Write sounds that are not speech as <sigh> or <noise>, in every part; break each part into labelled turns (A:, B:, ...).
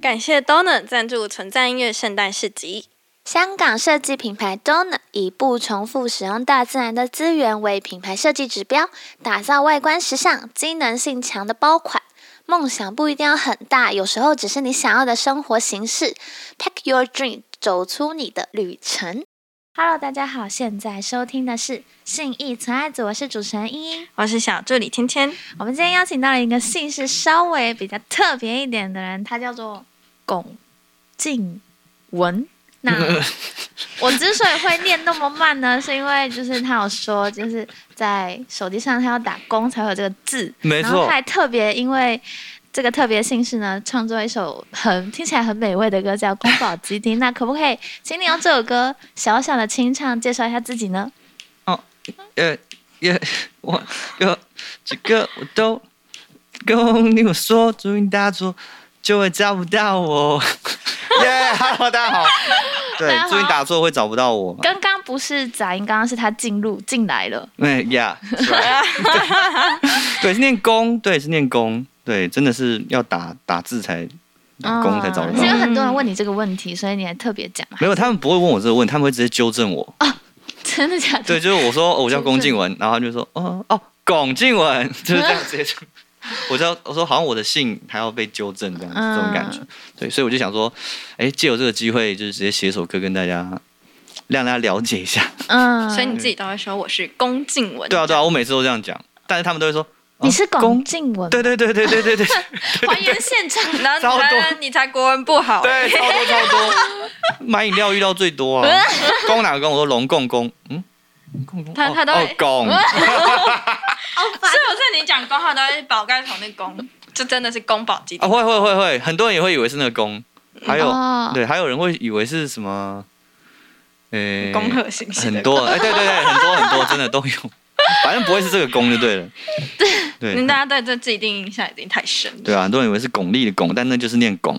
A: 感谢 Donut 赞助存在音乐圣诞市集。
B: 香港设计品牌 Donut 以不重复使用大自然的资源为品牌设计指标，打造外观时尚、机能性强的包款。梦想不一定要很大，有时候只是你想要的生活形式。Pack your dream，走出你的旅程。Hello，大家好，现在收听的是信义存爱组，我是主持人依依。
A: 我是小助理芊芊，
B: 我们今天邀请到了一个姓氏稍微比较特别一点的人，他叫做龚静文。
C: <laughs>
B: 那我之所以会念那么慢呢，是因为就是他有说，就是在手机上他要打工才会有这个字，
C: 没
B: 然后
C: 错
B: 他，还特别因为这个特别姓氏呢，创作一首很听起来很美味的歌，叫《宫保鸡丁》。那可不可以请你用这首歌小小的清唱介绍一下自己呢？
C: 呃，也我有这个我都跟你们说，注定大错就会找不到我。耶哈喽，大家好。 <laughs> 对
B: 大家，好
C: 注定打错会找不到我。
B: 刚刚不是杂音，刚刚是他进入进来了。
C: 对呀，是吧 <laughs> 对，是念工，对，是念工，对，真的是要打打字才打工才找得
B: 嗯是因
C: 到
B: 为。很多人问你这个问题，所以你还特别讲。啊
C: 没有，他们不会问我这个问题，他们会直接纠正我。
B: 真的假的？
C: <laughs> 对，就是我说哦我叫
B: 纠正
C: 龚静文，然后他就说哦哦龚静文，就是这样直接就。 <laughs> 我知道，我说好像我的姓还要被纠正这样子，这种感觉。对，所以我就想说，哎，借由这个机会，就是直接写首歌跟大家让大家了解一下。 <laughs>
B: 嗯，
A: 所以你自己都会说我是龚静文。
C: 对啊，对啊，我每次都这样讲，但是他们都会说
B: 你是
C: 哦
B: 龚静文，
C: 对对对对对对对
B: 还原现场。
A: 然
C: <laughs>
A: 后
C: 超
A: 你才
C: 多
A: 你才国文不好，
C: 对，超多超多。买饮料遇到最多啊，公哪个公？我说龙共公，嗯，公公，
A: 他
C: 哦
A: 他都
C: 哦公，
A: 哦所以我在你讲公号都会宝盖头那公，就真的是宫保鸡
C: 啊，
A: 丁。
C: 会会会会，很多人也会以为是那个公，还有、
B: 哦
C: 对，还有人会以为是什么，呃，
A: 恭贺新禧的
C: 很多，哎、对对对，很多很多，真的都有，反正不会是这个公就对了，对
A: 嗯大家对这既定印象已经太深了。
C: 对啊，很多人以为是巩俐的巩，但那就是念巩，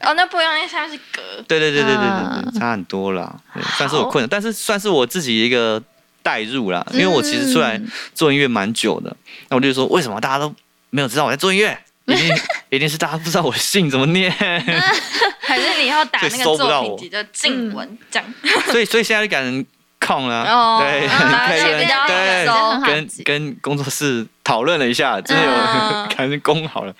A: 哦，那不一样，因为下面是格。
C: 对对对对对对
B: 啊
C: 对，差很多啦，对算是我
B: 好
C: 困难，但是算是我自己一个代入啦，因为我其实出来
B: 嗯
C: 做音乐蛮久的，那我就说为什么大家都没有知道我在做音乐，一定 <laughs> 一定是大家不知道我的姓怎么念。
A: 还是你以后打那
C: 所
A: 个
C: 以搜不
A: 作
C: 到
A: 品
C: 我
A: 集就静文这样。
B: <laughs>
C: 所以所以现在就改成控了啊，
A: 哦
C: 对， <laughs>
A: 啊
C: 可以
A: 这边
C: 对
A: 这样很
B: 好
C: 跟
B: 记
C: 跟工作室讨论了一下，真的有、
A: 嗯
C: <laughs> 改成工好了，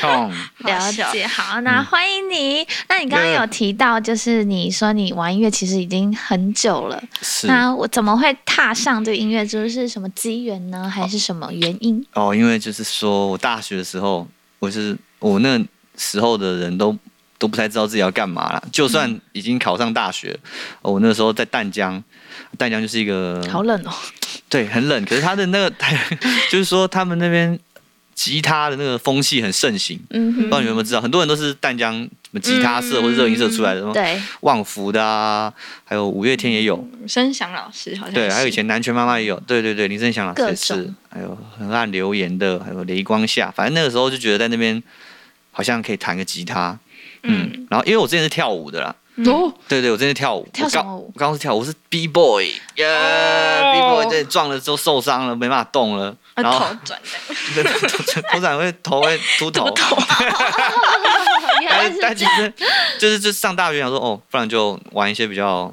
C: 控。
B: 了
A: 好
B: 解， <laughs> 好，那欢迎
C: 嗯
B: 你。那你刚刚有提到，就是你说你玩音乐其实已经很久了，
C: 是
B: 那我怎么会踏上这个音乐之路？是什么机缘呢？还是什么原因？
C: 哦，因为就是说我大学的时候，我是我那时候的人都都不太知道自己要干嘛啦，就
B: 嗯
C: 算已经考上大学，哦我那时候在淡江，淡江就是一个
B: 好冷哦，
C: 对，很冷。可是他的那个， <laughs> 就是说他们那边吉他的那个风气很盛行，
B: 嗯
C: 不知道你们有没有知道？很多人都是淡江什么吉他社
A: 嗯
C: 或者热音社出来的，什么
B: 对，
C: 旺福的啊，还有五月天也有，
A: 声响老师好像
C: 对，还有
A: 嗯
C: 以
A: 是
C: 前南拳妈妈也有，对对对，林振祥老师也
B: 各
C: 是
B: 种，
C: 还有很按留言的，还有雷光夏，反正那个时候就觉得在那边好像可以弹个吉他，嗯，然后因为我之前是跳舞的啦。
B: 哦，
C: 对对，我之前跳舞，
B: 跳
C: 我
B: 什么
C: 高
B: 舞
C: 我刚刚是跳舞，我是 B boy，耶、b boy 对，撞了之后受伤了，没办法动了，
A: 啊
C: 然后
A: 头转的。
C: 对 <laughs> 头长会头会秃头，
B: <laughs> 原来是
C: 但是哎但其实就是就上大学想说哦，不然就玩一些比较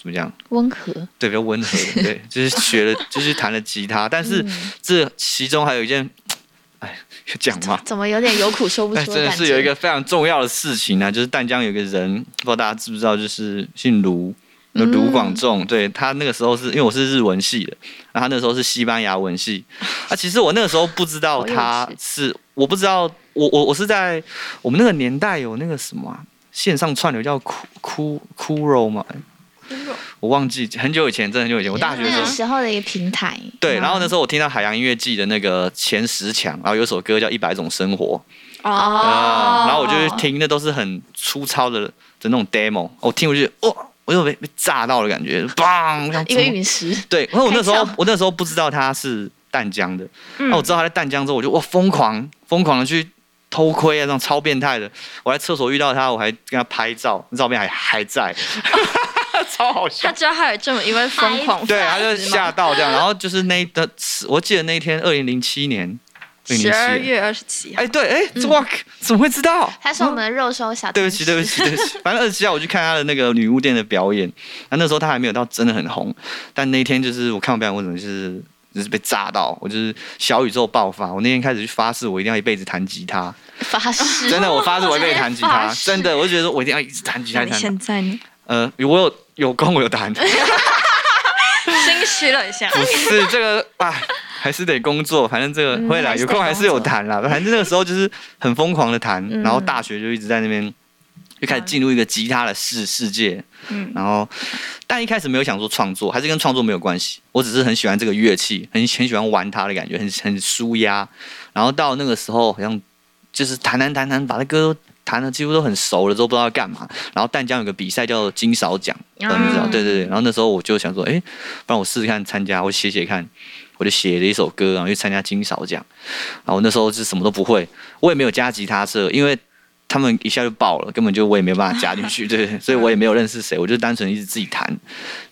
C: 怎么讲，
B: 温和，
C: 对，比较温和的，对，就是学了就是弹了吉他，但是
B: 嗯
C: 这其中还有一件，哎，有讲嘛。
B: 怎么有点有苦
C: <laughs>
B: 说不
C: 但
B: 出
C: 哎真
B: 的
C: 的
B: 感觉？
C: 是有一个非常重要的事情啊，就是淡江有一个人，不知道大家知不知道，就是姓卢，有卢广
B: 嗯
C: 仲。对他那个时候是因为我是日文系的，然后他那时候是西班牙文系。
B: <laughs>
C: 啊，其实我那个时候不知道
B: 好幼
C: 他
B: 稚
C: 是，我不知道，我我我是在我们那个年代有那个什么、啊、线上串流叫酷酷酷肉嘛，我忘记很久以前，真的很久以前，我大学的时
B: 那
C: 候
B: 个。时候的一个平台，
C: 对，然后
B: 嗯
C: 那时候我听到海洋音乐季的那个前十强，然后有首歌叫《一百种生活》，
A: 哦
C: 啊，然后我就去听，那都是很粗糙的的那种 demo，我听我就觉得哇，我又被被炸到了感觉，砰！像
B: 一个
C: 怎么
B: 陨石，
C: 对，因为我那时
B: 开
C: 候
B: 窍
C: 我那时候不知道他是淡江的，
A: 嗯
C: 哦那我知道他在淡江之后，我就哇疯狂疯狂的去偷窥啊，那种超变态的。我在厕所遇到他，我还跟他拍照，照片还还在，超好笑
A: 他。知道他有这么一位疯狂粉丝吗，
C: 对，他就吓到这样，然后就是那一的，我记得那一天，二零零七年，被你
A: 十二
C: 写。
A: 月嗯二十七号
C: 哎，，对，哎，哇，怎么会知道？
B: 他是我们的肉收小、
C: <laughs> 对不起，对不
B: 起， <laughs>
C: 起，对不起。反正二十七号我去看他的那个女巫店的表演，那那时候他还没有到真的很红，但那一天就是我看完表演，我怎么就是就是被炸到，我就是小宇宙爆发。我那天开始去发誓，我一定要一辈子弹吉他，
B: 发誓。
C: 真的，我发誓我一辈子弹吉他
B: <laughs> 发，誓
C: 真的，我就觉得说我一定要一直弹吉他，
A: 那
C: 一
A: 你
C: 直弹吉他。
A: 现在呢？
C: 呃，我有有功我有弹，不
A: 心虚了一下，
C: 是这个啊。哎还是得工作，反正这个
B: 嗯
C: 会啦，
B: 还是
C: 有
B: 得
C: 空还是有
B: 工作
C: 弹啦。反正那个时候就是很疯狂的弹，
B: 嗯
C: 然后大学就一直在那边，就开始进入一个吉他的世世界。
A: 嗯，
C: 然后，但一开始没有想说创作，还是跟创作没有关系。我只是很喜欢这个乐器，很很喜欢玩它的感觉，很很舒压。然后到那个时候，好像就是弹弹弹弹，把那歌都弹的几乎都很熟了，都不知道要干嘛。然后淡江有个比赛叫金勺奖，不知道你知道？
B: 嗯
C: 对对对。然后那时候我就想说，哎，不然我试试看参加，我写写看。我就写了一首歌，然后去参加金勺奖。然后那时候是什么都不会，我也没有加吉他社，因为他们一下就爆了，根本就我也没办法加
B: <laughs>
C: 进去，对，所以我也没有认识谁，我就单纯一直自己弹，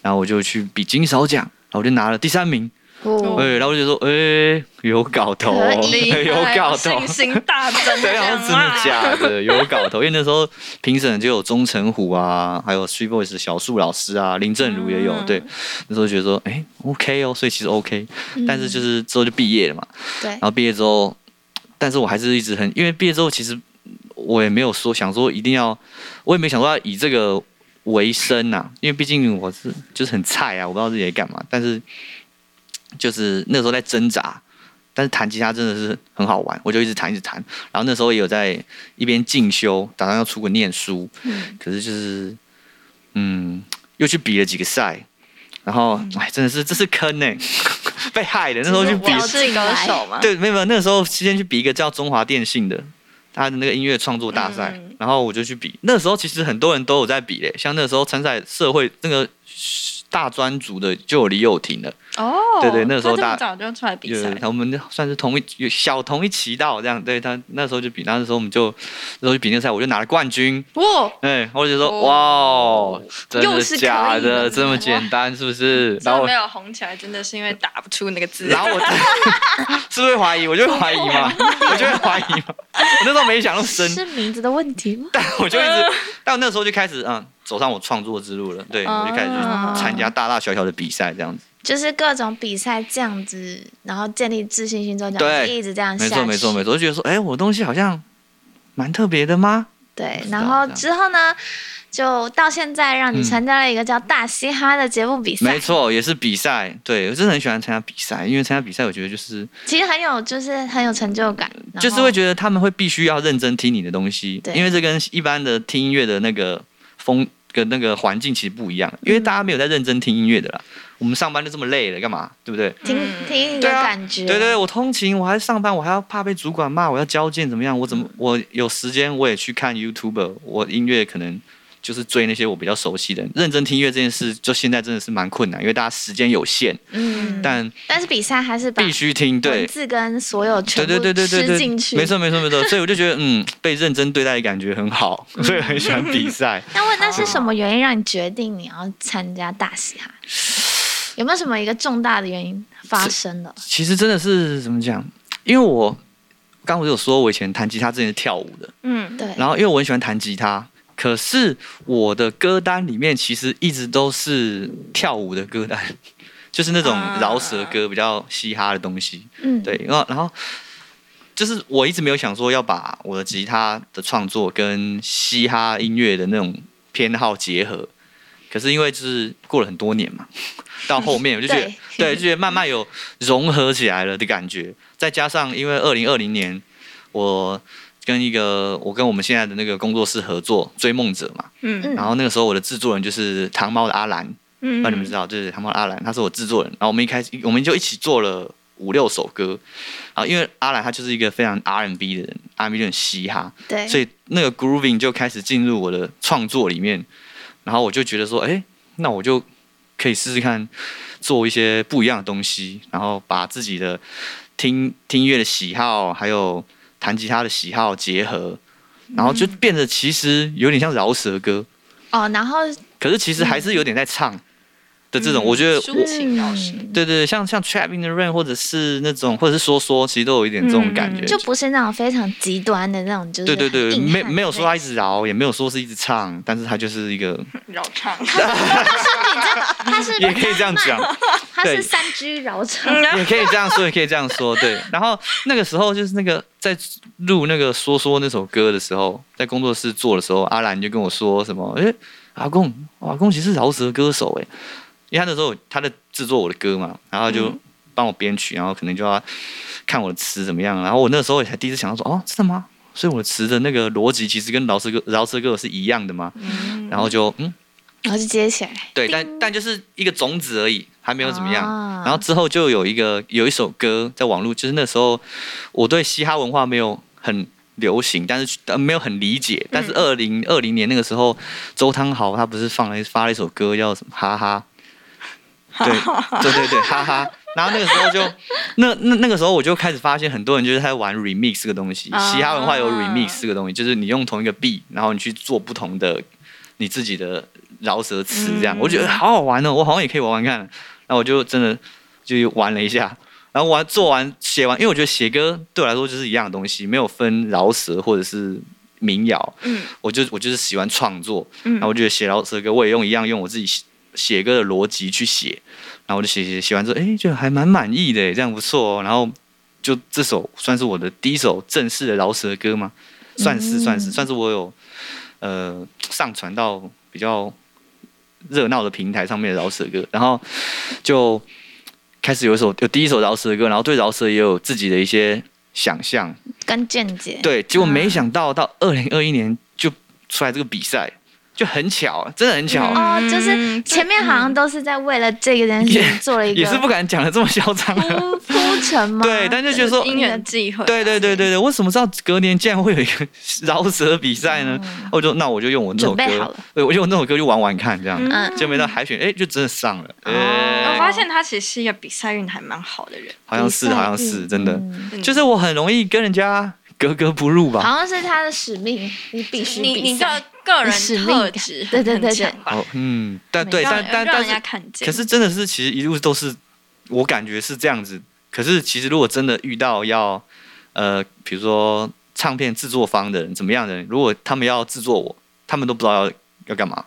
C: 然后我就去比金勺奖，然后我就拿了第三名，
B: 哦
C: 哎、然后我就说，哎、有搞头、哦，
B: 可以
C: <laughs> 有搞头，
A: 信心大增，
C: 对啊，真的假的？有搞头，因为那时候评审就有钟成虎啊，还有 Three Boys 的小树老师啊，林正如也有。
A: 嗯
C: 对，那时候觉得说，哎、o k 哦，所以其实 OK，但是就是之后就毕业了嘛。
B: 对
C: 然后毕业之后，但是我还是一直很，因为毕业之后其实我也没有说想说一定要，我也没想说要以这个为生呐、因为毕竟我是就是很菜啊，我不知道自己在干嘛，但是就是那时候在挣扎。但是弹吉他真的是很好玩，我就一直弹一直弹。然后那时候也有在一边进修，打算要出国念书，
B: 嗯
C: 可是就是嗯，又去比了几个赛，然后哎，真的是这是坑呢、 <laughs> 被害的。那时候去比
B: 表
A: 我是歌手嘛，
C: 对，没有没有，那个时候先去比一个叫中华电信的，他的那个音乐创作大赛，
A: 嗯
C: 然后我就去比。那时候其实很多人都有在比嘞，像那时候参赛社会那个大专组的就有李友廷了，
A: 哦，
C: 对对那时候大
A: 他这么早就出来比赛
C: 有，他们算是同一有小同一期到这样。对他那时候就比，那时候我们就那时候去比那个赛，我就拿了冠军。
A: 哇，
C: 哎，我就说、哇
A: 哦
C: 哦，真
A: 又
C: 的
A: 是可以
C: 假的？
A: 的
C: 这么简单是不是？然
A: 真
C: 后
A: 的
C: 我
A: 没有红起来，真的是因为打不出那个字，
C: 然后我 <laughs> 是不是会怀疑？我就会怀疑嘛，我就会怀疑嘛。我那时候没想那么深，
B: 是名字的问题吗？
C: 但我就一
A: 嗯
C: 直，但我那时候就开始嗯，走上我创作之路了。对，我
A: 啊
C: 就开始
A: 嗯
C: 去参加大大小小的比赛，这样子。
B: 就是各种比赛这样子，然后建立自信心之后，
C: 对
B: 然后一直这样下
C: 没
B: 去，
C: 错，没错，没错。我就觉得说，哎，我东西好像蛮特别的吗？
B: 对
C: 知，道
B: 然后
C: 这样
B: 之后呢，就到现在让你
C: 嗯
B: 参加了一个叫大嘻哈的节目比赛，
C: 没错，也是比赛。对，我真的很喜欢参加比赛，因为参加比赛，我觉得就是
B: 其实很有就是很有成就感，然后
C: 就是会觉得他们会必须要认真听你的东西
B: 对，
C: 因为这跟一般的听音乐的那个风跟那个环境其实不
B: 嗯
C: 一样，因为大家没有在认真听音乐的啦。我们上班就这么累了，干嘛？对不对？
B: 听
A: 嗯
B: 听你的
C: 对啊
B: 感觉，
C: 对对，我通勤，我还上班，我还要怕被主管骂，我要交件怎么样？我怎么
B: 嗯
C: 我有时间我也去看 YouTube，我音乐可能就是追那些我比较熟悉的。认真听音乐这件事，就现在真的是蛮困难，因为大家时间有限，
B: 嗯，
C: 但
B: 但是比赛还是把
C: 必须听。对
B: 文，字跟所有
C: 对
B: 全部
C: 对对对对
B: 吃
C: 对，
B: 进去。
C: 没错没错
B: <laughs>
C: 没错。所以我就觉得，嗯，被认真对待的感觉很好，所以很喜欢
B: <laughs>
C: 比赛。
B: 那问那是什么原因让你决定你要参加大嘻哈？有没有什么一个重大的原因发生了？
C: 其实真的是怎么讲？因为我刚不是有说，我以前弹吉他之前是跳舞的。
A: 嗯，
B: 对，
C: 然后因为我很喜欢弹吉他，可是我的歌单里面其实一直都是跳舞的歌单，就是那种
A: 啊
C: 饶舌歌，比较嘻哈的东西。
B: 嗯，
C: 对，然后然后就是我一直没有想说要把我的吉他的创作跟嘻哈音乐的那种偏好结合，可是因为就是过了很多年嘛，到后面我就觉得，对，就觉得慢慢有融合起来了的感觉。再加上因为二零二零年，我跟一个我跟我们现在的那个工作室合作《追梦者》嘛，
A: 嗯
B: 嗯
C: 然后那个时候我的制作人就是糖猫的阿兰，不
A: 嗯
C: 知道你们知道，就是糖猫的阿兰，他是我制作人。然后我们一开始我们就一起做了。五六首歌，然后因为阿兰他就是一个非常 R&B 的人，R&B 就很嘻哈，
B: 对，
C: 所以那个 grooving 就开始进入我的创作里面，然后我就觉得说，哎、那我就可以试试看做一些不一样的东西，然后把自己的听听音乐的喜好，还有弹吉他的喜好结合，然后就变得其实有点像饶舌歌，
B: 哦，然后
C: 可是其实还是有点在唱，的这
B: 嗯
C: 种，我觉得
A: 抒
C: 我
A: 情饶舌，
C: 对对对，像像 Trap in the Rain 或者是那种或者是说说，其实都有一点这种感觉。
A: 嗯
B: 就不是那种非常极端的那种，就是
C: 对对对，
B: 硬汉
C: 没
B: 的
C: 没有说他
B: 类
C: 一直饶，也没有说是一直唱，但是他就是一个，
A: 饶唱，
B: 他是
C: 也可以这样讲，
B: 他是
C: 对
B: 三 G 饶舌，
C: <laughs> 也可以这样说，也可以这样说，对。然后那个时候就是那个在录那个说说那首歌的时候，在工作室做的时候，阿兰就跟我说什么，哎、阿公，阿公其实是饶舌歌手哎，因为他那时候他在制作我的歌嘛，然后他就帮我编曲，然后可能就要看我的词怎么样。然后我那时候也才第一次想到说，哦，真的吗？所以我的词的那个逻辑其实跟饶舌歌饶舌歌手是一样的吗？然后就嗯，
B: 然后就接起来，
C: 对，但但就是一个种子而已，还没有怎么样。
B: 啊
C: 然后之后就有一个有一首歌在网络，就是那时候我对嘻哈文化没有很流行，但是呃没有很理解。但是二零二零年那个时候，周汤豪他不是放了一发了一首歌叫什么哈哈，对对对对哈哈。然后那个时候就那那那个时候我就开始发现很多人就是在玩 remix 这个东西，
A: 啊
C: 嘻哈文化有 remix 这个东西，就是你用同一个 beat，然后你去做不同的你自己的饶舌词这样，
A: 嗯
C: 我觉得好好玩哦，我好像也可以玩玩看。那我就真的就玩了一下，然后玩做完写完，因为我觉得写歌对我来说就是一样的东西，没有分饶舌或者是民谣，
A: 嗯
C: 我就我就是喜欢创作，
A: 嗯
C: 然后我觉得写饶舌歌我也用一样用我自己写写歌的逻辑去写，然后我就写写写完之后，哎，觉得还蛮满意的，这样不错哦，然后就这首算是我的第一首正式的饶舌歌吗？算
A: 嗯
C: 是算是算是我有呃上传到比较热闹的平台上面的饶舌歌，然后就开始有一首有第一首饶舌歌，然后对饶舌也有自己的一些想象，
B: 跟见解，
C: 对，结果没想到到二零二一年就出来这个比赛，就很巧，真的很巧，
B: 哦，就是
A: 嗯
B: 前面好像都是在为了这个件事情 <laughs> 做了一个
C: 嗯也是不敢讲的这么嚣张啊。
B: 铺铺陈嘛，
C: <laughs> 对，但 <laughs> 就觉得说，
B: 嗯
A: 因缘际会，
C: 对对对对对，我怎么知道隔年竟然会有一个饶舌比赛呢？我就那我就用我那
B: 嗯
C: 首
B: 准备好
C: 歌
B: 了，
C: 对，我就用那首歌去玩玩看，这样，
B: 嗯哦
C: 结果没到海选，哎，就真的上了，
A: 我
C: 哎，
A: 发现他其实是一个比赛运还蛮好的人，
C: 好像是好像是真的，
B: 嗯
A: 嗯
C: 就是我很容易跟人家格格不入吧。
B: 好像是他的使命，你必须
A: 你
B: 比
A: 你
B: 赛
A: 的个人
B: 使命
A: 特
B: 感
A: 质
B: 对对
A: 很
B: 对
A: 强
B: 对
A: 吧
C: 哦，嗯，但
B: 没
C: 对，
A: 让
C: 但但
A: 让
C: 但
A: 人
C: 是
A: 家看见。
C: 可是真的是，其实一路都是，我感觉是这样子。可是其实如果真的遇到要，呃，比如说唱片制作方的人怎么样的人，如果他们要制作我，他们都不知道要要干嘛，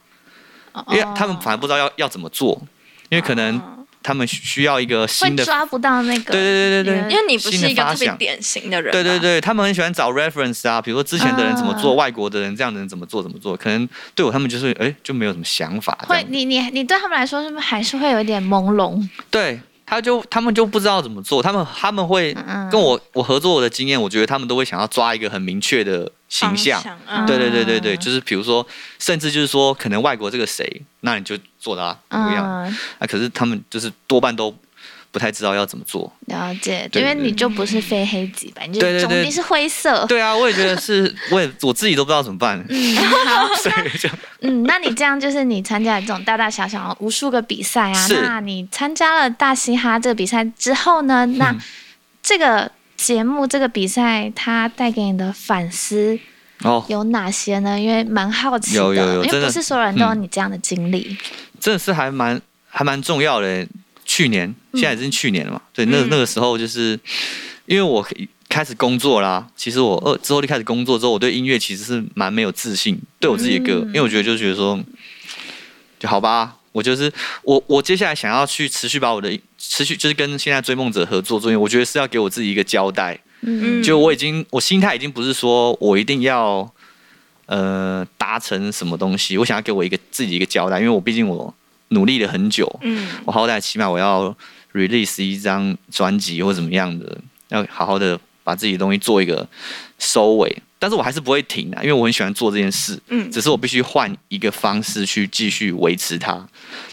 C: 因为他们反而不知道要要怎么做，因为可能
A: 哦
C: 他们需需要一个
B: 会
C: 新的，
B: 抓不到那个，
C: 对对对对对
A: 嗯因为你不是一
C: 新的
A: 哦个
C: 发
A: 特别
C: 想
A: 典型的人，
C: 嗯对对，对，他们很喜欢找 reference 啊，比如说之前的人怎么做，外国的人这样的人怎么做怎么做，可能对我他们就是哎就没有什么想法，这
B: 会
C: 样子
B: 你你你对他们来说是不是还是会有一点朦胧？
C: 对，他就他们就不知道怎么做，他们他们会
B: 嗯
C: 跟我我合作的经验，我觉得他们都会想要抓一个很明确的形象。，
A: 嗯
C: 对对对对对，
B: 嗯
C: 就是比如说，甚至就是说，可能外国这个谁，那你就做他不一样、
B: 嗯，
C: 啊。可是他们就是多半都不太知道要怎么做。
B: 了解，
C: 对
B: 因为
C: 对
B: 你就不是非黑即白，你就
C: 对对
B: 总
C: 对
B: 你是灰色。
C: 对啊，我也觉得是，我也我自己都不知道怎么办，
B: 嗯，好，
C: <laughs> 所以就
B: 嗯，那你这样就是你参加了这种大大小小无数个比赛啊，
C: 是
B: 那你参加了大嘻哈这个比赛之后呢，
C: 嗯
B: 那这个节目这个比赛它带给你的反思
C: 哦，
B: 有哪些呢？因为蛮好奇的，
C: 有有有
B: 因为
C: 真的
B: 不是所有人都有你这样的经历，
C: 真的是还蛮还蛮重要的。去年，现在已经去年了嘛？对，那
A: 嗯
C: 那个时候就是因为我开始工作啦，其实我呃之后就开始工作之后，我对音乐其实是蛮没有自信，对我自己的歌，
B: 嗯
C: 因为我觉得就觉得说，就好吧，我就是我我接下来想要去持续把我的持续就是跟现在追梦者合作作业，我觉得是要给我自己一个交代，
B: 嗯
A: 嗯
C: 就我已经我心态已经不是说我一定要呃达成什么东西，我想要给我一个自己一个交代，因为我毕竟我努力了很久，
A: 嗯
C: 我好歹起码我要 release 一张专辑或怎么样的，要好好的把自己的东西做一个收尾。但是我还是不会停啊的、因为我很喜欢做这件事，
A: 嗯
C: 只是我必须换一个方式去继续维持它。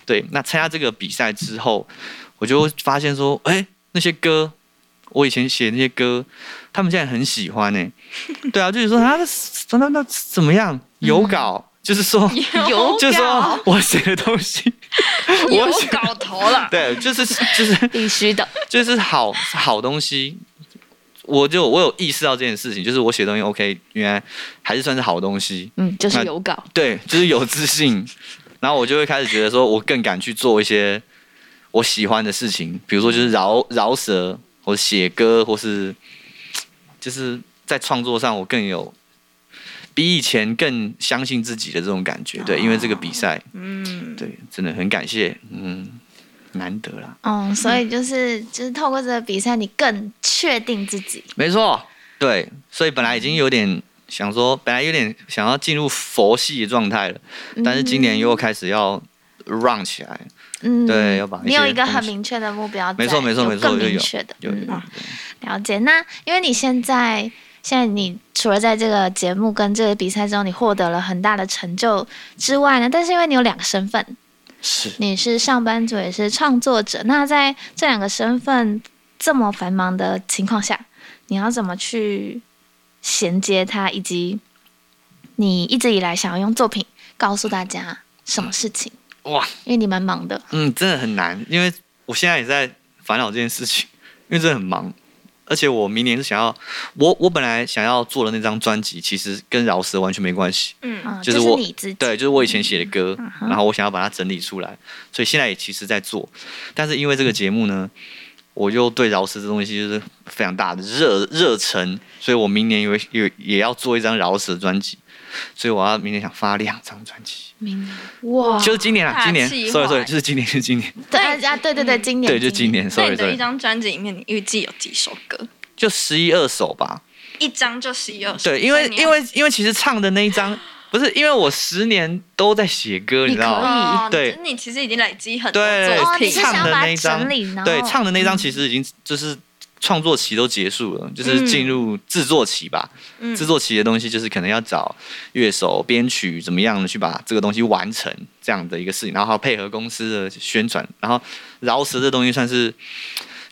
C: 对，那参加这个比赛之后，我就发现说，哎、那些歌，我以前写那些歌，他们现在很喜欢哎、对啊，就是说啊，那那那怎么样？有稿，就是说，
A: <laughs> 有
C: <laughs> 就是说我写的东西，嗯
A: 有搞头了，
C: 对，就是就是
B: 必须的，
C: 就是好好东西，我就我有意识到这件事情，就是我写东西 OK，原来还是算是好东西，
B: 嗯，就是
C: 那
B: 有稿，
C: 对，就是有自信，然后我就会开始觉得说，我更敢去做一些我喜欢的事情，比如说就是饶饶舌，或写歌，或是就是在创作上我更有比以前更相信自己的这种感觉。对，因为这个比赛，
A: 嗯，
C: 对，真的很感谢，嗯，难得啦，
B: 哦，所以就是就是透过这个比赛，你更确定自己。
C: 没错，对，所以本来已经有点想说，本来有点想要进入佛系的状态了，但是今年又开始要 run 起来，
B: 嗯，
C: 对要把一
B: 你有
C: 些
B: 一个
C: 东
B: 很
C: 西
B: 明确的目标在，
C: 没错没错
B: 有
C: 没错
B: 更
C: 就
B: 明
C: 有
B: 确的，
C: 有有
B: 嗯了解。那因为你现在现在你除了在这个节目跟这个比赛中，你获得了很大的成就之外呢，但是因为你有两个身份，
C: 是
B: 你是上班族也是创作者，那在这两个身份这么繁忙的情况下，你要怎么去衔接它，以及你一直以来想要用作品告诉大家什么事情？
C: 哇，
B: 因为你蛮忙的，
C: 嗯，真的很难，因为我现在也在烦恼这件事情，因为真的很忙，而且我明年是想要，我我本来想要做的那张专辑，其实跟饶舌完全没关系，
A: 嗯，
B: 嗯，
C: 就是
B: 是
C: 我
B: 你自己，
C: 对，就是我以前写的歌，然后我想要把它整理出来，所以现在也其实在做，但是因为这个节目呢，我又对饶舌这东西就是非常大的热热忱，所以我明年有有也要做一张饶舌专辑，所以我要明年想发两张专辑，
B: 明年
A: 哇
C: 就是今年啊，今年
A: 大计划
C: ，sorry sorry，就是今年，就是今年，
B: 对啊，对对对，今年
C: 嗯对，就今，年
A: 那
C: ，sorry
A: 你的
C: sorry
A: 一。张专辑里面，你预计有几首歌？
C: 就十一二首吧。
A: 一张就十一二首。
C: 对，因为
A: 所以你
C: 因
A: 要
C: 为因为其实唱的那一张，不是因为我十年都在写歌，你知道吗？
A: 哦，
C: 对
A: 就是你其实已经累积很多
C: 对
A: 作
B: 嗯哦你
A: 品
B: 是，
C: 哎唱
B: 想
C: 的
B: 把它
C: 那一张
B: 整理然，后
C: 对，唱的那张其实已经就是创作期都结束了，就是进入制作期吧。
A: 嗯
C: 制作期的东西就是可能要找乐手、编曲怎么样的去把这个东西完成这样的一个事情，然后还要配合公司的宣传，然后饶舌这东西算是。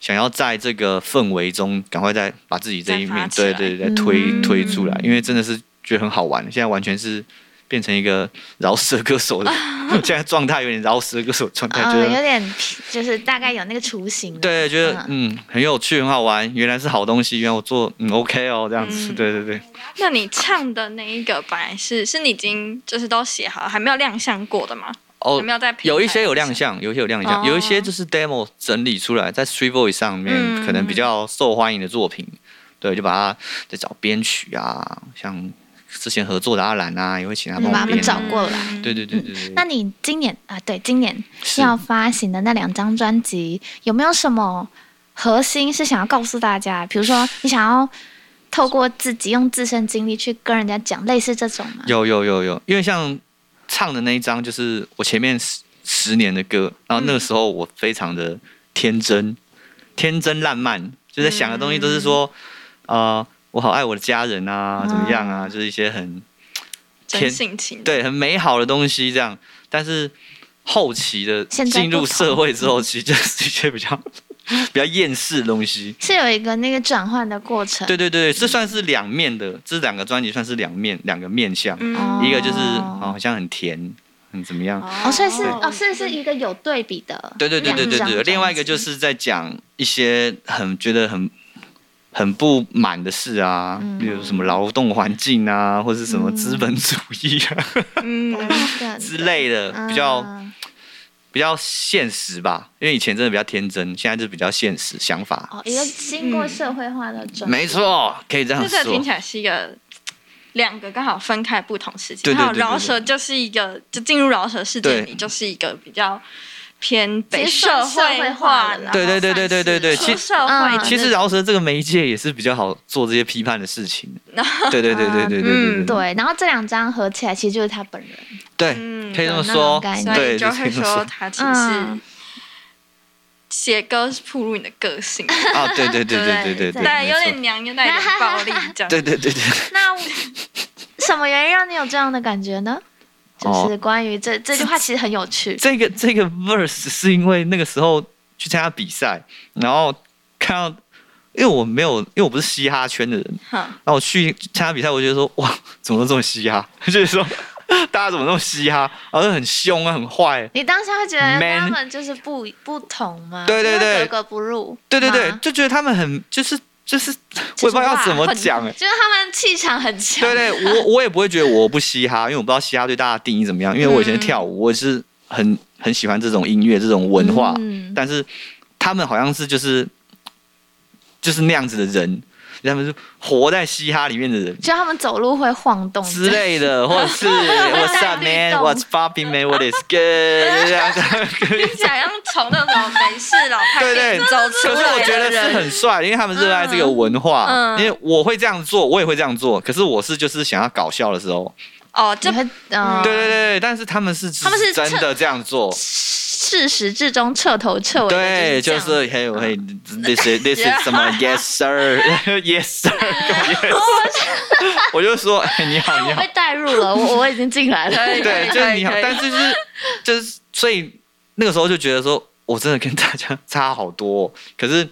C: 想要在这个氛围中，赶快再把自己这一
A: 再发
C: 面，
A: 起
C: 对
A: 来
C: 对对，再推、
B: 嗯
C: 推出来，因为真的是觉得很好玩。现在完全是变成一个饶舌歌
A: <laughs>
C: 手的，现在状态有点饶舌歌手状态，觉
A: 哦
B: 嗯，
C: 得
B: 有点就是大概有那个雏形了，
C: 对，觉得嗯很有趣，很好玩，原来是好东西，原来我做嗯 OK 哦这样子，
A: 嗯
C: 对对对，
A: 那你唱的那一个本来是是你已经就是都写好了，还没有亮相过的吗？
C: 哦
A: 还没有在平台
C: 有一些有亮相，有一些有亮相，
B: 哦
C: 有一些就是 demo 整理出来，在 Three Voice 上面、
A: 嗯
C: 可能比较受欢迎的作品，对，就把它再找编曲啊，像之前合作的阿兰啊，也会请他
B: 嗯
C: 帮
B: 把他
C: 我
B: 们
C: 编、
B: 找
C: 啊，
B: 过来。
A: 嗯
C: 对对对对对，
B: 那你今年啊，对，今年
C: 是
B: 要发行的那两张专辑，有没有什么核心是想要告诉大家？比如说，你想要透过自己用自身经历去跟人家讲，类似这种吗？
C: 有有有有，因为像唱的那一张，就是我前面十十年的歌，然后那个
B: 嗯
C: 时候我非常的天真，天真烂漫，就在想的东西都
B: 嗯
C: 是说，啊，我好爱我的家人啊，怎么样
B: 哦
C: 啊，就是一些很
A: 真性情。
C: 对很美好的东西这样，但是。后期的
B: 现在不
C: 进入社
B: 同
C: 会之后，其实就是一些比较比较厌世的东
B: <laughs>
C: 西。
B: 是有一个那个转换的过程。
C: 对对对，这算是两面的，这两个专辑算是两面两个面向。
A: 嗯，
C: 一个就是
B: 哦
C: 哦，好像很甜，很怎么样？
B: 哦，所以是
A: 对
B: 哦，是是一个有对比的。
C: 对对对对对
B: 两张
C: 对。
B: 专辑
C: 另外一个就是在讲一些很觉得很很不满的事啊，
B: 嗯
C: 例如什么劳动环境啊，或是什么资本主义啊、
A: 嗯，
C: 之类的，比较
B: 嗯
C: 比较现实吧。因为以前真的比较天真，现在就比较现实想法。
B: 哦，一个经过社会化的转，
C: 没错，可以这样
A: 这个听
C: 说
A: 起。来是一个两个刚好分开不同时期。
C: 对对对
A: 还有饶舌就是一个，就进入饶舌世界
C: 对
A: 里就是一个比较偏被
B: 其实算
A: 会
B: 社会化了啦
A: 然后
C: 对对对对对对对，
A: 出
C: 其
A: 社会
B: 嗯
A: 的
C: 其实饶舌这个媒介也是比较好做这些批判的事情。对对对对对对对
A: 嗯
B: 对。然后这两张合起来，其实就是他本人。
C: 对，
A: 嗯
C: 可以这么
B: 有那种
C: 说，
B: 感
A: 所
B: 觉
A: 以
C: 对，
A: 就
C: 可以
A: 会
C: 这么
A: 说
C: 说
A: 他其实
B: 嗯
A: 写歌是暴露你的个性，
C: 啊，对对对对对对
B: 对
C: 对，
A: 对，有
C: 没
A: 点娘，又带一点暴力这样。
C: 错，对对对对，
B: <laughs> 那什么原因让你有这样的感觉呢？就是
C: <laughs> 哦
B: 关于这这句话，其实很有趣。
C: <laughs> 这个这个 verse 是因为那个时候去参加比赛，然后看到，因为我没有，因为我不是嘻哈圈的人，
A: 哼
C: 然后我去参加比赛，我觉得说哇，怎么都这么嘻哈， <laughs> 就是说大家怎么那么嘻哈，然后就很凶啊，很坏。
B: 你当下会觉得
C: Man
B: 他们就是不不同吗？
C: 对对
B: 因为
C: 对
B: 格格不入。
C: 对对对
B: 吗，
C: 就觉得他们很就是就是，我也不知道要怎么讲哎。
B: 就是他们气场很强。
A: <laughs>
C: 对对，我我也不会觉得我不嘻哈，因为我不知道嘻哈对大家定义怎么样。因为我以前跳舞，我是很很喜欢这种音乐这种文化，
B: 嗯
C: 但是他们好像是就是就是那样子的人，他们是活在嘻哈里面的人。
B: 就他们走路会晃
A: 哦
B: 动
C: 之类的，或者是
A: <laughs>
C: What's up, man?
B: 带律动
C: What's popping, man? What is good？这
A: <laughs>
C: 样子，
A: 听起来像从那种美式老派
C: 对对
A: 店走出
C: 可是我
A: 来
C: 觉
A: 的
C: 得是
A: 人，
C: 很帅，因为他们热爱这个文化。
A: 嗯嗯
C: 因为我会这样做，我也会这样做。可是我是就是想要搞笑的时候，
A: 哦，就
B: 你会嗯，
C: 对对对对，但是他们是
B: 他们是
C: 真的这样做，
B: 事始至终彻头
C: <laughs>
B: 彻尾
C: 对，
B: 的这
C: 就
B: 样
C: 是嘿，我会 this is this is 什么 yes sir，yes sir，yes 我就说哎你好你
B: 我
C: 好
B: 被，带入了，我我已经进来了。
A: 可以
C: <laughs>
A: 可以
C: 对，就是
A: 可
C: 你
A: 以
C: 好，
A: 可以
C: 但是就是就是，所以那个时候就觉得说，我真的跟大家差好多哦、可是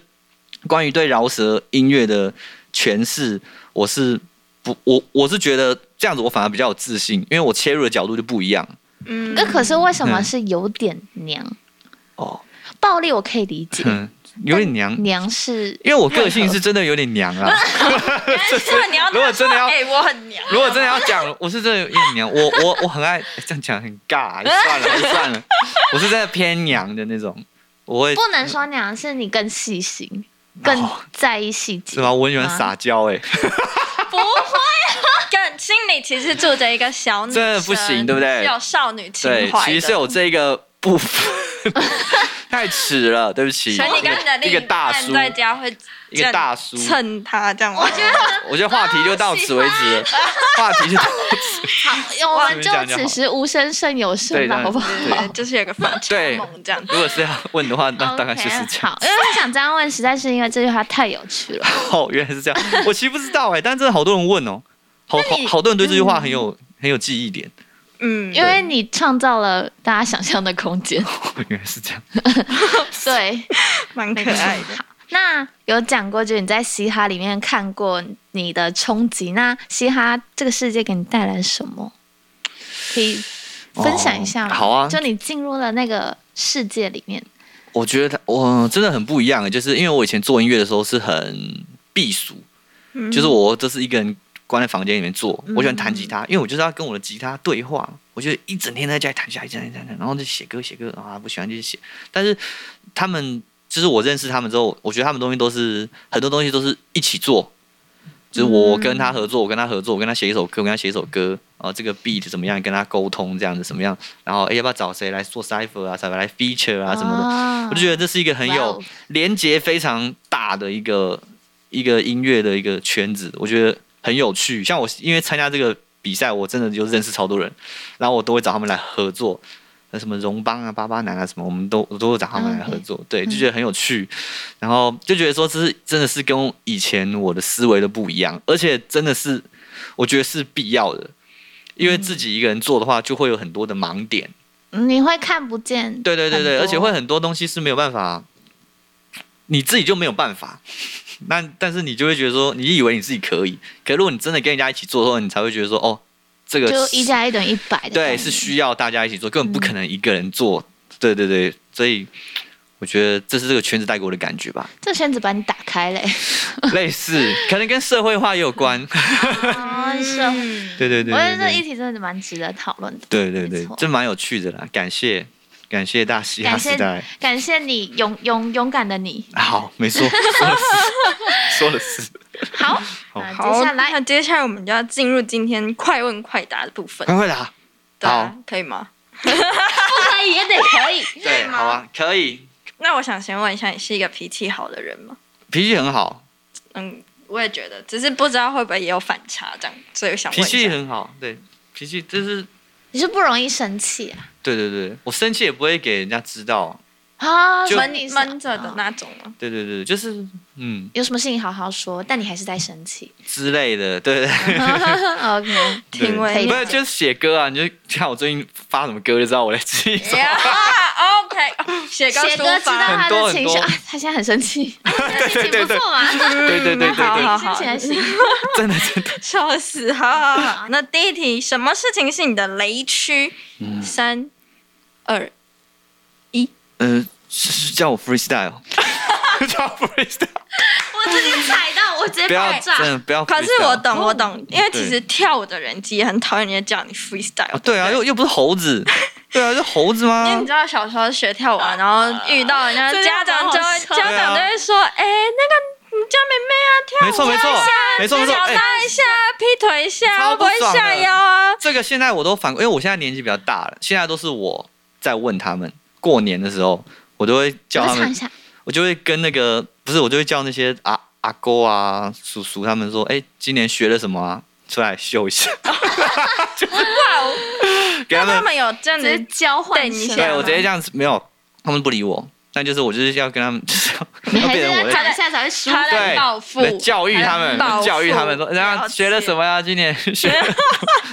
C: 关于对饶舌音乐的诠释，我是不，我我是觉得这样子，我反而比较有自信，因为我切入的角度就不一样
A: 嗯
B: 那可是为什么
C: 嗯
B: 是有点娘？
C: 哦。
B: 暴力我可以理解，
C: 嗯，有点娘，
B: 娘是
C: 因为我个
A: <laughs>
C: 性是真的有点娘啊。
A: 真的你要
C: 如果真的要
A: 哎，我很娘，
C: 如果真的要讲，我是真的有点娘，我我我很爱这样讲，很尬、
A: <laughs>
C: 啊，算了算了，我是真的偏娘的那种，我会
B: 不能说娘，是你更细心，更
C: 哦
B: 在意细节。
C: 是吗？我很喜欢
B: 啊
C: 撒娇
A: <laughs>
C: 哎、
A: 不会啊，感心里其实住着一个小女生，
C: 真的不行对不对
A: 是有少女情
C: 对，
A: 怀的，
C: 其实是有这个
A: <laughs>
C: 部分，太迟了，对不起。
A: 所以你跟你的
C: 一
A: 另
C: 个
A: 一
C: 大
A: 半
C: 叔，
A: 在家会
C: 一个大叔，
A: 蹭他这样吗？我觉得
C: 我觉得话题就到此为止
A: <laughs>
C: 了，话题就到此。
B: 好，我们就此时无声胜有声吧，
C: 对
B: 好不
C: 对
B: 好？
A: 就是有个反差
C: 哦 <laughs> 对
A: 萌这样。
C: <laughs> 如果是要问的话，那
A: <laughs>
B: OK，
C: 大概就是这样。
B: 好，因为我想这样问，实在是因为这句话太有趣
C: <laughs>
B: 了。
C: 哦，原来是这样，我其实不知道哎、但真的好多人问哦，好好
B: 你
C: 好多人对这句话很有、很有记忆点。
A: 嗯，
B: 因为你创造了大家想象的空
C: <laughs>
B: 间。
C: 哦原来是这样，
B: 对，
A: 蛮可爱的。
B: 那有讲过，就是你在嘻哈里面看过你的冲击。那嘻哈这个世界给你带来什么？可以 <laughs> 分享一下吗？
C: 哦好啊
B: 就你进入了那个世界里面，
C: 我觉得他我真的很不一样欸，就是因为我以前做音乐的时候是很避俗，
A: 嗯
C: 就是我这是一个人关在房间里面做，
B: 嗯
C: 我喜欢弹吉他，因为我就是要跟我的吉他对话，我就一整天在家里弹下，一直弹弹弹，然后就写歌写歌啊，不喜欢就写。但是他们就是我认识他们之后，我觉得他们东西都是很多东西都是一起做，就是我跟他合作，我跟他合作，我跟他写一首歌，我跟他写一首歌，啊，这个 beat 怎么样，跟他沟通这样子怎么样，然后哎、要不要找谁来做 cipher 啊，谁来 feature 啊什么的，
B: 的
C: 我就觉得这是一个很
B: 哦
C: 有。连接非常大的一个一个音乐的一个圈子，我觉得很有趣。像我因为参加这个比赛，我真的就认识超多人，然后我都会找他们来合作，那什么荣邦啊、巴巴南啊什么，我们都我都会找他们来合作，对，就觉得很有趣。然后就觉得说，这是真的是跟以前我的思维都不一样，而且真的是我觉得是必要的。因为自己一个人做的话，就会有很多的盲点，
B: 哦你会看不见，
C: 对对对
B: 很
C: 对，
B: 多
C: 而且会很多东西是没有办法，你自己就没有办法。 <laughs> 那但是你就会觉得说，你以为你自己可以，可如果你真的跟人家一起做的时候，你才会觉得说，哦，这个
B: 就是一加一等于一嗯百的概
C: 对
B: 念。
C: 是需要大家一起做，根本不可能一个人做。对对对，所以我觉得这是这个圈子带给我的感觉
B: <laughs>
C: 吧，
B: 这圈子把你打开嘞。
C: 类似可能跟社会化也有
B: <laughs>
C: 关。
B: 啊，是哦。
C: 对对对
B: 我觉得
C: 对
B: 这
C: 对
B: 议题真的蛮值得讨论的。
C: 对对
B: 没
C: 对
B: 错，
C: 这蛮有趣的啦，感谢感谢大嘻哈
B: 感谢
C: 时代。
B: 感谢你勇勇勇敢的你。
C: 好，
B: <laughs>
C: 没错，说的是说的是。
B: 好，
C: 好
B: 那
A: 好，
B: 接下来
A: 那接下来我们就要进入今天快问快答的部分，
C: 快快答。
A: 对啊
C: 好，
A: 可以吗？
B: 不可以哎也得可 <laughs> 以。
C: 对，
A: 吗
C: 好啊，可以。
A: 那我想先问一下，你是一个脾气好的人吗？
C: 脾气很好，
A: 嗯，我也觉得，只是不知道会不会也有反差这样，所以我想问
C: 脾
A: 一下
C: 气很好，对，脾气就是，
B: 你是不容易生气啊？
C: 对对对，我生气也不会给人家知道，
B: 啊，
C: 就
B: 所以
A: 闷
B: 你是
A: 闷着的。
B: 啊
A: 那种吗？
C: 对对对，就是嗯
B: 有什么事情好好说，但你还是在生气。
C: 之类的，对对对
B: <laughs> OK，
C: 对，
A: 挺为
C: 不
B: 难
C: 是就是写歌啊，你就看我最近发什么歌就知道我在气什么。
A: 哎呀，OK，写歌
B: 写
A: 抒
B: 歌知道
A: 发，
B: 他的情绪
C: 很多很多
B: 啊，他现在很生气，啊 <laughs> 他现在心情
C: <laughs> 对对
B: 不
C: 对
B: 错嘛，
C: 对对对对
A: 好
C: 对，
A: 好
B: 心
A: 好
B: 情，还行。
C: 真的真的。
A: 笑死哈！好
B: <laughs>
A: 好那第一题，什么事情是你的雷区？三、二、
C: 嗯，是是叫我 freestyle，叫我 freestyle，
B: 我直接踩到，我直接
C: 不要
B: 爆炸
C: 真。的不要 freestyle。
A: 可是我懂，我懂，因为
C: 对哦
A: 其实跳舞的人其实很讨厌人家叫你 freestyle、
C: 啊，对啊，又又不是猴子，对啊，是猴子吗
A: 因？为你知道小时候学跳舞啊，然后遇到人家
B: 这
A: 家
B: 样
A: 长
B: 啊好
A: 就会
B: 笑
A: 家长就会说，哎、那个你家妹妹啊，
C: 没
A: 跳
C: 错
A: 舞
C: 没错
A: 一下，
C: 没错没错，
A: 脚
C: 哎、
A: 踏一下，劈腿一下，
C: 超
A: 不
C: 不
A: 会
C: 爽
A: 下
C: 的
A: 腰啊。
C: 这个现在我都反，因为我现在年纪比较大了，现在都是我在问他们。过年的时候，我都会叫
D: 我
C: 他
D: 唱一
C: 们，
D: 下，
C: 我就会跟那个不是，我就会叫那些阿阿哥啊、叔叔他们说，哎、今年学了什么啊？出来秀一下，就是给
A: 那
C: 他们
A: 他们有这样
B: 直
A: 子
B: 接交换
A: 对你想
B: 声
C: 对
A: 吗
C: 哎我直接这样子没有，他们不理我，但就是我就是要跟他们，就是
D: 你
C: 要
D: 还
C: 变
D: 是
C: 成
D: 要
C: 我的
B: 谈一下才会舒服
A: 他。来
C: 对
A: 报复
C: 来，教育他们
A: 报，复
C: 教育他们说，人
A: 了
C: 家
A: 解
C: 学了什么呀？今年 <laughs> 学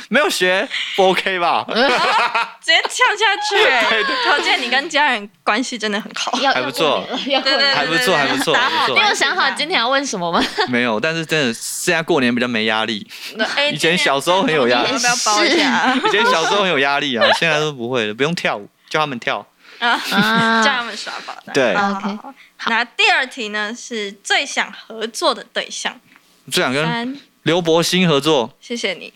C: 没有学不 OK 吧？
A: 直接跳下 <laughs> 去、欸。可见你跟家人关系真的很
B: <laughs>
A: 好。
D: 要
C: 还不错，
D: 要过
A: 对对对
D: 年了
C: 还不错还不错
A: 打好
C: 还不
A: 关系
C: 错
B: 你
A: 牌
B: 有想好今天要问什么吗？
C: 没有，但是真的现在过年比较没压力，
A: 哎
C: 以前小时候很有压
A: 今
C: 力
A: 年要不要包一下？
C: 以前小时候很有压力啊，现在都不会了，不用跳舞，叫他们跳。
A: <laughs> 啊，
B: <laughs> 啊
A: 叫他们耍宝的。
C: 对
A: 好
B: OK
A: 好好那第二题呢是最想合作的对象。
C: 最想跟
A: 三，
C: 刘伯欣合
A: <laughs>
C: 作，
A: 谢谢你。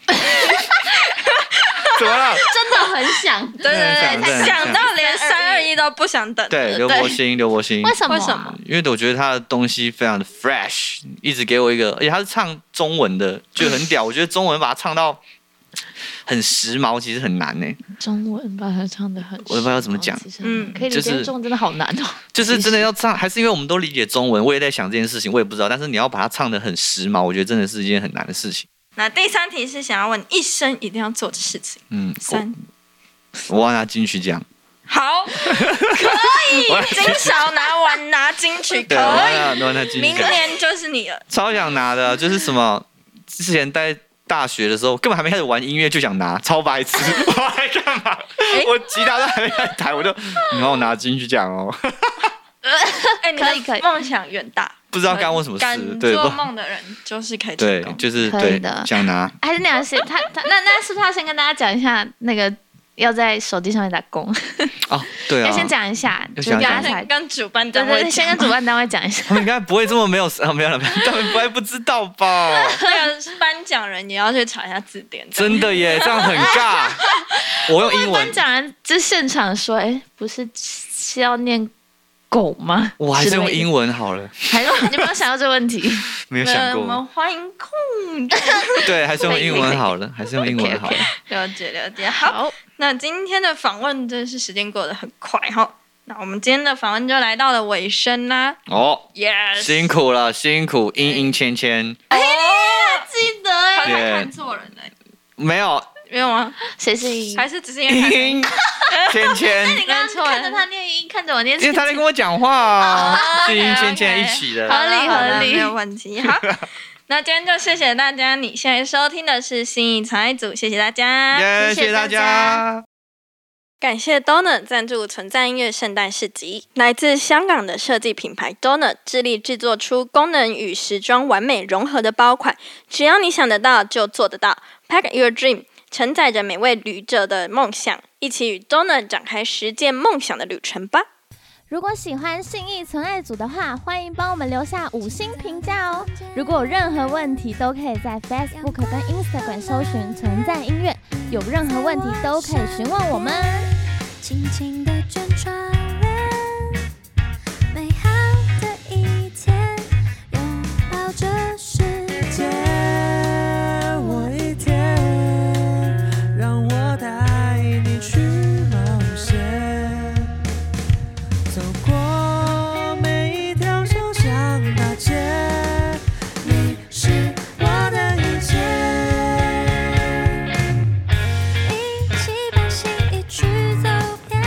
C: 怎么了？
B: 真的很想，
A: 对对
C: 真的
A: 对，
C: 很想
A: 想到连三二一都不想等。
C: 对，刘伯欣，刘伯欣，嗯
D: 为什么？
A: 为什么？
C: 因为我觉得他的东西非常的 fresh，一直给我一个，而且他是唱中文的，就很屌。我觉得中文把它唱到很时髦，其实很难呢、
B: <laughs> 中文把它唱的很，
C: 我也不知道怎么讲
B: 其实很
A: 嗯
B: 可以理
C: 就
B: 解
C: 是
B: 中文真的好难哦。
C: 就是真的要唱，还是因为我们都理解中文，我也在想这件事情，我也不知道。但是你要把它唱的很时髦，我觉得真的是一件很难的事情。
A: 那第三题是想要问你一生一定要做的事情。
C: 嗯，
A: 三，
C: 我我要拿金曲奖，
A: 好，
C: 我要
A: 金勺拿完拿金曲可
C: <laughs> 对，我
A: 以，
C: 要拿我要拿金曲
A: 明
C: 奖，
A: 年就是你 <laughs> 了。
C: 超想拿的，就是什么之前在。大学的时候根本还没开始玩音乐就想拿，超白痴！我还干嘛？我吉他都还没开始弹，我就你让我拿金曲奖哦。 <laughs>
A: 哎，你
B: 可以可
A: 的
B: 以
A: 梦想远大，
C: 不知道干过什么
A: 敢
C: 事，对
A: 做
C: 不？
A: 梦的人就是可以成
C: 对，
A: 功。
C: 就是
B: 可以
C: 对
B: 的
C: 想拿，
B: <laughs> 还是那样先，他他那那是不是要先跟大家讲一下那个要在手机上面打工？
C: 哦，对
B: 要
C: 啊，
B: 先讲一下，就
C: 要
B: 是
C: 讲一下
B: 大家
A: 跟
B: 才
A: 跟主办
B: 对
A: 单
B: 对
A: 位
B: 对，先
A: 讲
B: 跟主办单位讲一下。
C: 他们应该不会这么没有 <laughs> 啊，没有了，没有他们不会不知道吧？
A: 那个颁奖人也要去查一下字典。
C: 真的耶，这样很尬。我用英
B: 颁
C: 文，
B: 奖人在现场说：“哎，不是是要念狗吗？”
C: 我还是用
B: 文，
C: 英文好了，
B: 还是你有没有想到这个问题？
C: 没有想
A: 那我们
C: 过，
A: 欢迎控
C: <laughs> 对，还是用英文好了，还是用英文好了。
A: 了解了解。好，，那今天的访问真是时间过得很快哈。那我们今天的访问就来到了尾声啦。
C: 哦，
A: Yes，
C: 辛苦了，辛苦，殷殷芊芊，
B: 记得哎，
A: 他
C: 耶
A: 还看错人了，
C: 没 <laughs> 有
A: 没有吗？
B: 谁是英？
A: 还是只是因为
C: 殷
A: 看
C: <laughs> 殷芊芊，
B: 你刚刚看着他念音，看着我念，
C: 因为他在跟我讲话 <laughs> 啊，是殷殷芊芊一起的。
B: 合理
A: 好了
B: 合理
A: 没有问题。
C: <laughs>
A: 好，那今天就谢谢大家，你现在收听的是新意才组，谢谢大家。
C: 耶，
B: 谢
C: 谢谢大
B: 大家
C: 家。
A: 感谢 Donut 赞助存在音乐圣诞市集，来自香港的设计品牌 Donut 致力制作出功能与时装完美融合的包款，只要你想得到就做得到。Pack your dream，承载着每位旅者的梦想，一起与 Donut 展开实践梦想的旅程吧。
E: 如果喜欢信义存爱组的话，欢迎帮我们留下五星评价哦。如果有任何问题，都可以在 Facebook 跟 Instagram 搜寻“存在音乐”，有任何问题都可以询问我们。
F: 轻轻地卷窗帘，美好的一天，拥抱这世界。
G: 借我一天，让我带你去冒险，走过每一条小巷大街，你是我的一切。
F: 一起把心意去走遍，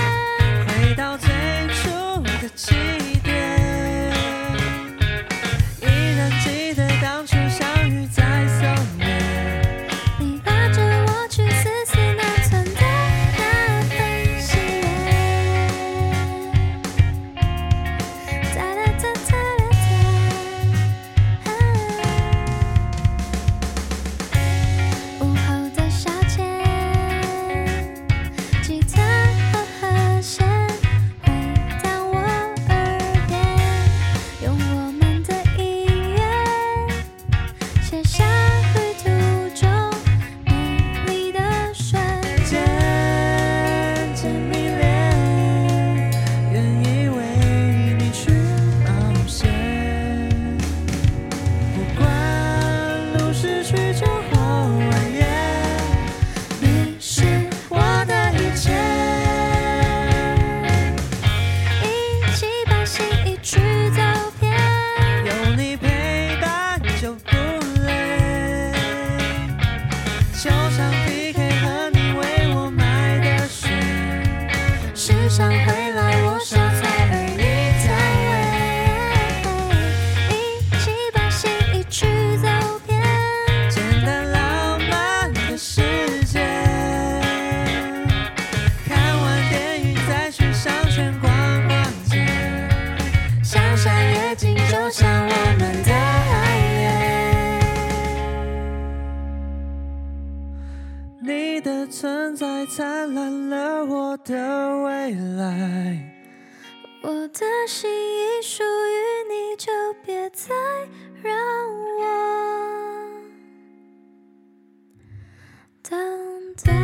E: 上回来，我说才儿女单位，一起把心意去走遍。
F: 简单浪漫的世界。看完电影再去商圈逛逛街，
E: 香山夜景就像我们的爱恋。
F: 你的存在灿烂了我的未来。
E: 我的心已属于你，就别再让我等待。